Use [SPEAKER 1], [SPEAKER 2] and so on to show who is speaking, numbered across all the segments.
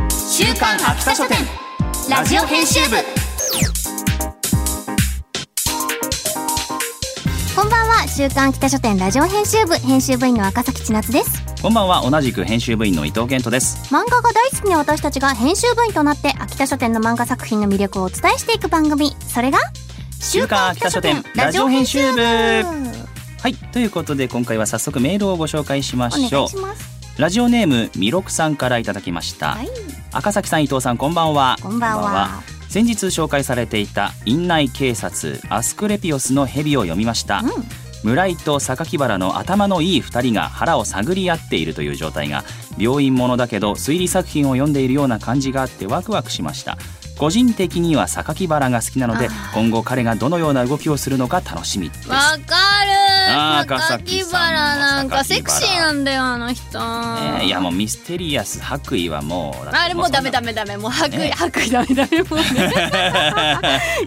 [SPEAKER 1] 刊秋田書店ラジオ編集部
[SPEAKER 2] こんばんは週刊北書店ラジオ編集部編集部員の赤崎千夏です
[SPEAKER 3] こんばんは同じく編集部員の伊藤健人です
[SPEAKER 2] 漫画が大好きな私たちが編集部員となって秋田書店の漫画作品の魅力をお伝えしていく番組それが
[SPEAKER 3] 週刊秋田書店ラジオ編集部はいということで今回は早速メールをご紹介しま
[SPEAKER 2] お願い
[SPEAKER 3] しょ
[SPEAKER 2] します
[SPEAKER 3] うラジオネームみろくさんからいただきました、
[SPEAKER 2] はい
[SPEAKER 3] 赤崎さん伊藤さんこんばんは
[SPEAKER 2] こんばんは
[SPEAKER 3] 先日紹介されていた院内警察アスクレピオスの蛇を読みました、
[SPEAKER 2] うん
[SPEAKER 3] 村井と榊原の頭のいい2人が腹を探り合っているという状態が病院ものだけど推理作品を読んでいるような感じがあってワクワクしました個人的には榊原が好きなので
[SPEAKER 2] あー
[SPEAKER 3] 今後彼がどのような動きをするのか楽しみです
[SPEAKER 4] わかる
[SPEAKER 3] あー赤崎
[SPEAKER 4] 榊
[SPEAKER 3] さん
[SPEAKER 4] 原なんかセクシーなんだよあの人、
[SPEAKER 3] ねえいやもうミステリアス白衣はもうだって
[SPEAKER 4] あれもうダメダ
[SPEAKER 3] メ
[SPEAKER 4] メダメもう白衣、
[SPEAKER 3] ね
[SPEAKER 4] 白衣ダメダメ もうね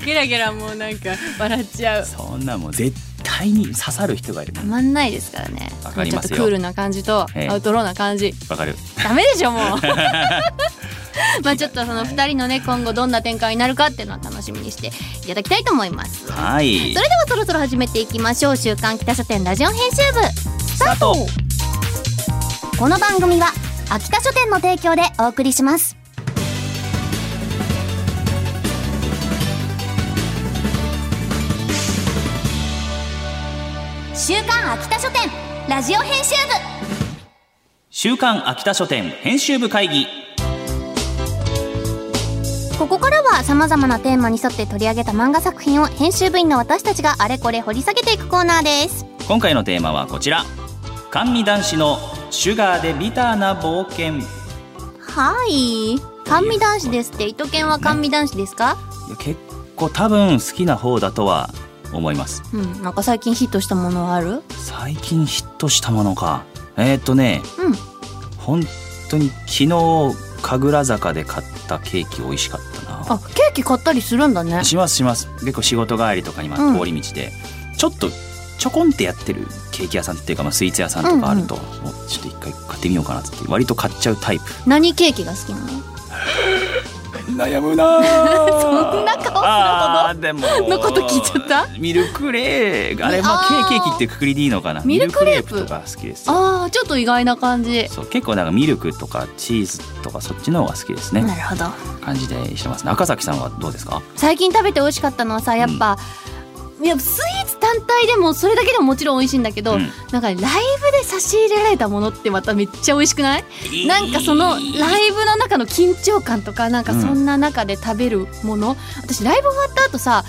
[SPEAKER 4] ゲラゲラもうなんか笑っちゃう
[SPEAKER 3] そんなもう絶対に刺さる人がいる
[SPEAKER 4] たまんないですからね
[SPEAKER 3] わかりますよ
[SPEAKER 4] ちょっとクールな感じと
[SPEAKER 3] ええ
[SPEAKER 4] アウトローな感じ
[SPEAKER 3] わかる
[SPEAKER 4] ダメでしょ もうまあちょっとその二人のね今後どんな展開になるかっていうのは楽しみにしていただきたいと思いますそ
[SPEAKER 3] はい
[SPEAKER 2] それではそろそろ始めていきましょう週刊北書店ラジオ編集部スタートこの番組は秋田書店の提供でお送りします週刊秋田書店ラジオ編集
[SPEAKER 3] 週刊秋田書店編集部会議
[SPEAKER 2] 部ここからは様々なテーマに沿って取り上げた漫画作品を編集部員の私たちがあれこれ掘り下げていくコーナーです
[SPEAKER 3] 今回のテーマはこちら甘味男子のシュガーでビターな冒険
[SPEAKER 2] はい甘味男子ですって伊藤健は甘味男子ですか
[SPEAKER 3] いや結構多分好きな方だとは思います
[SPEAKER 2] うん、なんか最近ヒットしたものはある
[SPEAKER 3] 最近ヒットしたものかえー、っとね
[SPEAKER 2] うん
[SPEAKER 3] 本当に昨日神楽坂で買ったケーキ美味しかった
[SPEAKER 2] あ、ケーキ買ったりするんだね
[SPEAKER 3] なしますします結構仕事帰りとか今
[SPEAKER 2] うん
[SPEAKER 3] 通り道で、ちょっとちょこんってやってるケーキ屋さんっていうか、まあ、スイーツ屋さんとかあると、もうちょっと一回買ってみようかなっつって割と買っちゃうタイプ
[SPEAKER 2] 何ケーキが好きなの
[SPEAKER 3] 悩むな そ
[SPEAKER 2] んな顔するほど
[SPEAKER 3] あーでも
[SPEAKER 2] のこと聞いちゃった
[SPEAKER 3] ミルクレーあれまあ
[SPEAKER 2] あ
[SPEAKER 3] ケ
[SPEAKER 2] ー
[SPEAKER 3] ーキケーキってくくりでいいのかな
[SPEAKER 4] ミルクレープ
[SPEAKER 3] ミルとか好きですよ
[SPEAKER 4] あーちょっと意外な感じ
[SPEAKER 3] そう結構なんかミルクとかチーズとかそっちの方が好きですね、
[SPEAKER 2] なるほど
[SPEAKER 3] 感じでしてますね赤崎さんはどうですか
[SPEAKER 2] 最近食べて美味しかったのはさやっぱ、いやスイーツ単体でもそれだけでももちろん美味しいんだけど、
[SPEAKER 3] うん
[SPEAKER 2] なんかライブで差し入れられたものってまためっちゃ美味しくないなんかそのライブの中の緊張感とかなんかそんな中で食べるもの、私ライブ終わった後さ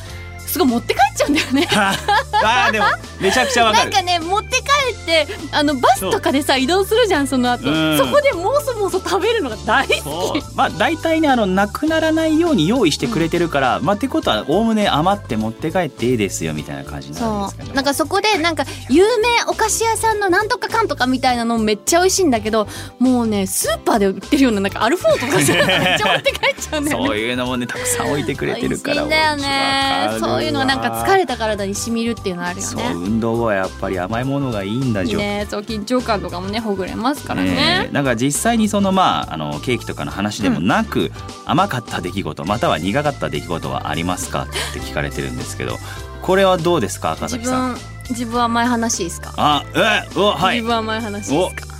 [SPEAKER 2] すごい持って帰っちゃうんだよね
[SPEAKER 3] あーでもめちゃくちゃわか
[SPEAKER 2] な
[SPEAKER 3] る
[SPEAKER 2] んかね持って帰ってあのバスとかでさ移動するじゃんその後
[SPEAKER 3] うん
[SPEAKER 2] そこでもそもそ食べるのが大好き
[SPEAKER 3] そうまあ大体ねあのなくならないように用意してくれてるから、まあってことはおおむね余って持って帰っていいですよみたいな感じになる
[SPEAKER 2] そ
[SPEAKER 3] んですけど
[SPEAKER 2] うなんかそこでなんか有名お菓子屋さんのなんとかかんとかみたいなのめっちゃ美味しいんだけどもうねスーパーで売ってるようななんかアルフォーとか さめっちゃ持って帰っちゃうんだよ
[SPEAKER 3] そ
[SPEAKER 2] ね
[SPEAKER 3] ういうのもねたくさん置いてくれてるか
[SPEAKER 2] 美味しい
[SPEAKER 3] ら
[SPEAKER 2] んだよね
[SPEAKER 3] 美味しいわ
[SPEAKER 2] そういうのがなんか疲れた体にしみるっていうのあるよ
[SPEAKER 3] そう
[SPEAKER 2] ね
[SPEAKER 3] 運動後はやっぱり甘いものがいいんだじょ、
[SPEAKER 4] ねそう緊張感とかもねほぐれますから
[SPEAKER 3] ね
[SPEAKER 4] ね
[SPEAKER 3] えなんか実際にそのまああのケーキとかの話でもなく、甘かった出来事または苦かった出来事はありますかって聞かれてるんですけどこれはどうですか赤
[SPEAKER 4] 自
[SPEAKER 3] 崎さん
[SPEAKER 4] 分自分甘い話いいですか、
[SPEAKER 3] あえおはい
[SPEAKER 4] 自分甘い話いいですか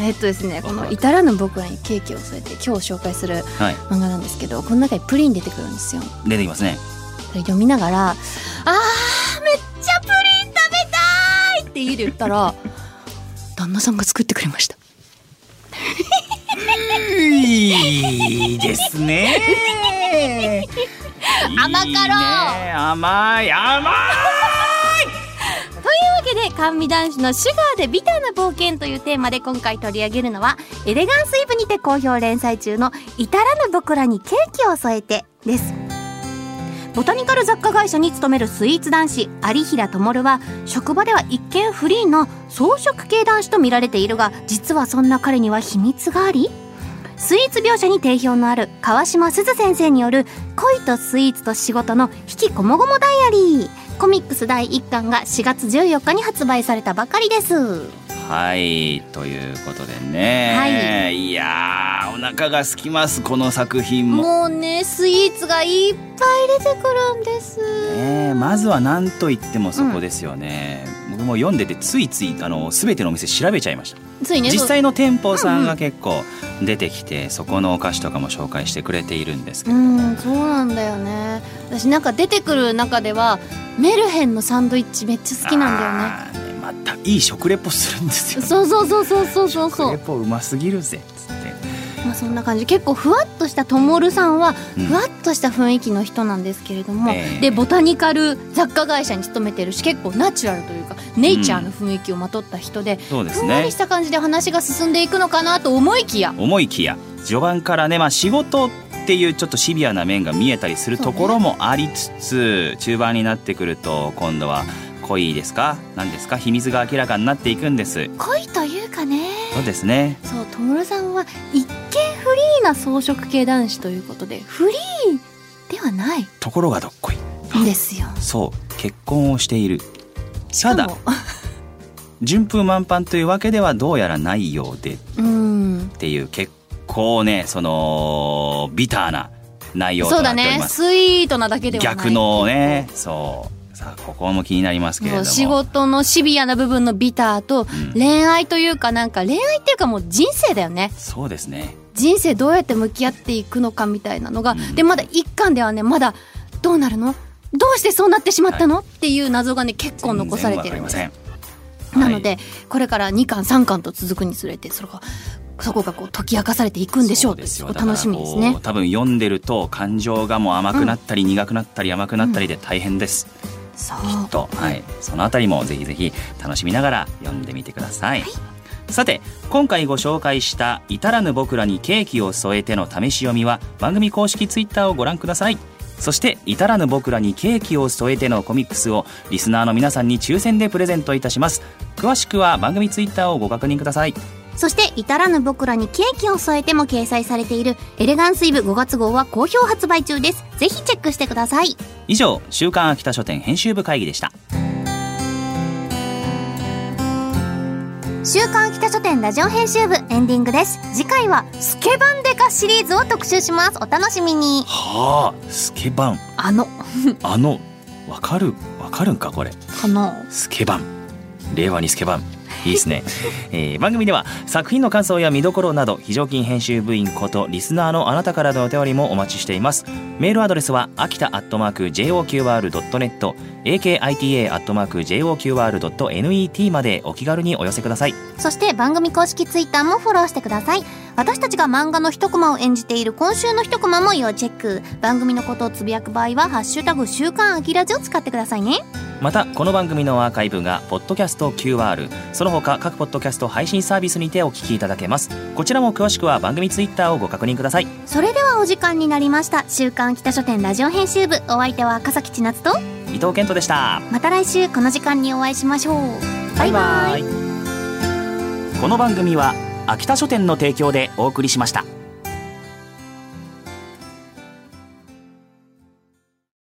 [SPEAKER 4] えっとですねこの至らぬ僕らにケーキを添えて今日紹介する
[SPEAKER 3] はい
[SPEAKER 4] 漫画なんですけどこの中にプリン出てくるんですよ
[SPEAKER 3] 出てきますね
[SPEAKER 4] それ読みながら「あーめっちゃプリン食べたい!」って家で言ったら旦那さんが作ってくれました
[SPEAKER 3] いいですね
[SPEAKER 2] 甘かろう
[SPEAKER 3] いいね甘い甘
[SPEAKER 2] というわけで甘味男子の「シュガーでビターな冒険」というテーマで今回取り上げるのはエレガンスイブにて好評連載中の「至らぬ僕らにケーキを添えて」ですボタニカル雑貨会社に勤めるスイーツ男子有平灯は職場では一見フリーな草食系男子と見られているが実はそんな彼には秘密がありスイーツ描写に定評のある川島すず先生による恋とスイーツと仕事の引きこもごもダイアリーコミックス第1巻が4月14日に発売されたばかりです
[SPEAKER 3] はいということでね、、
[SPEAKER 2] はい
[SPEAKER 3] やーお腹が空きますこの作品も。
[SPEAKER 2] もうねスイーツがいっぱい出てくるんです
[SPEAKER 3] ねえまずは何と言ってもそこですよね、僕も読んでてついついあの全てのお店調べちゃいました
[SPEAKER 2] ついね
[SPEAKER 3] 実
[SPEAKER 2] そう
[SPEAKER 3] 際の店舗さんが結構出てきてそこのお菓子とかも紹介してくれているんですけ
[SPEAKER 2] う
[SPEAKER 3] れども、
[SPEAKER 2] んそうなんだよね私なんか出てくる中ではメルヘンのサンドイッチめっちゃ好きなんだよね
[SPEAKER 3] あーねまたいい食レポするんですよ
[SPEAKER 2] そうそうそうそうそうそうそ
[SPEAKER 3] 食レ
[SPEAKER 2] う
[SPEAKER 3] ポうますぎるぜっつって
[SPEAKER 2] まあそんな感じ結構ふわっとしたともるさんは
[SPEAKER 3] うん
[SPEAKER 2] ふわっとした雰囲気の人なんですけれども、
[SPEAKER 3] ええ
[SPEAKER 2] でボタニカル雑貨会社に勤めてるし結構ナチュラルというかネイチャーの雰囲気をまとった人で、
[SPEAKER 3] そうです
[SPEAKER 2] ふんわ
[SPEAKER 3] ね
[SPEAKER 2] りした感じで話が進んでいくのかなと思いきや
[SPEAKER 3] 思いきや序盤からね、まあ、仕事っていうちょっとシビアな面が見えたりするところもありつつ、中盤になってくると今度は恋ですか何ですか秘密が明らかになっていくんです
[SPEAKER 2] 恋というかね
[SPEAKER 3] そうですね
[SPEAKER 2] そうともるさんは一見フリーな装飾系男子ということでフリーではないん
[SPEAKER 3] ところがどっこい
[SPEAKER 2] ですよ。
[SPEAKER 3] そう結婚をしているただ
[SPEAKER 2] しかも
[SPEAKER 3] 順風満帆というわけではどうやらないようでっ
[SPEAKER 2] うん
[SPEAKER 3] ていう結構ねそのビターな内容と
[SPEAKER 2] そう
[SPEAKER 3] な
[SPEAKER 2] だ
[SPEAKER 3] っており
[SPEAKER 2] ね
[SPEAKER 3] ます、
[SPEAKER 2] スイートなだけではない
[SPEAKER 3] 逆のねそうさあここも気になりますけれ
[SPEAKER 2] そ
[SPEAKER 3] ど
[SPEAKER 2] う
[SPEAKER 3] も
[SPEAKER 2] 仕事のシビアな部分のビターと
[SPEAKER 3] うん
[SPEAKER 2] 恋愛というかなんか恋愛っていうかもう人生だよね
[SPEAKER 3] そうですね
[SPEAKER 2] 人生どうやって向き合っていくのかみたいなのが、
[SPEAKER 3] うん
[SPEAKER 2] でまだ一巻ではねまだどうなるのどうしてそうなってしまったの、っていう謎がね結構残されてるんです
[SPEAKER 3] 全然わかりません
[SPEAKER 2] なので、
[SPEAKER 3] はい
[SPEAKER 2] これから2巻3巻と続くにつれてそれがそこがこう解き明かされていくんでしょう
[SPEAKER 3] そですよ
[SPEAKER 2] お楽しみです
[SPEAKER 3] だから
[SPEAKER 2] ね
[SPEAKER 3] こう多分読んでると感情がもう甘くなったり苦くなったり甘くなったりで大変です、
[SPEAKER 2] そう
[SPEAKER 3] きっと、はい、そのあたりもぜひぜひ楽しみながら読んでみてください、さて今回ご紹介した「至らぬ僕らにケーキを添えて」の試し読みは番組公式ツイッターをご覧くださいそして「至らぬ僕らにケーキを添えて」のコミックスをリスナーの皆さんに抽選でプレゼントいたします詳しくは番組ツイッターをご確認ください
[SPEAKER 2] そして至らぬ僕らにケーキを添えても掲載されているエレガンスイブ5月号は好評発売中ですぜひチェックしてください
[SPEAKER 3] 以上週刊秋田書店編集部会議でした
[SPEAKER 2] 週刊秋田書店ラジオ編集部エンディングです次回はスケバンデカシリーズを特集しますお楽しみに
[SPEAKER 3] はあスケバン
[SPEAKER 2] あの
[SPEAKER 3] あのわかるわかるんかこれ
[SPEAKER 2] この
[SPEAKER 3] スケバン令和にスケバンいいですね、えー番組では作品の感想や見どころなど非常勤編集部員ことリスナーのあなたからのお手りもお待ちしていますメールアドレスは秋田アットマーク JOQR.net akita アットマーク JOQR.net までお気軽にお寄せください
[SPEAKER 2] そして番組公式ツイッターもフォローしてください私たちが漫画の一コマを演じている今週の一コマも要チェック番組のことをつぶやく場合は「ハッシュタグ週刊アキラジ」を使ってくださいね
[SPEAKER 3] またこの番組のアーカイブがポッドキャスト QR その他各ポッドキャスト配信サービスにてお聞きいただけますこちらも詳しくは番組ツイッターをご確認ください
[SPEAKER 2] それではお時間になりました週刊北書店ラジオ編集部お相手は笠木千夏と
[SPEAKER 3] 伊藤健人でした
[SPEAKER 2] また来週この時間にお会いしましょうバイバイ
[SPEAKER 3] この番組は秋田書店の提供でお送りしました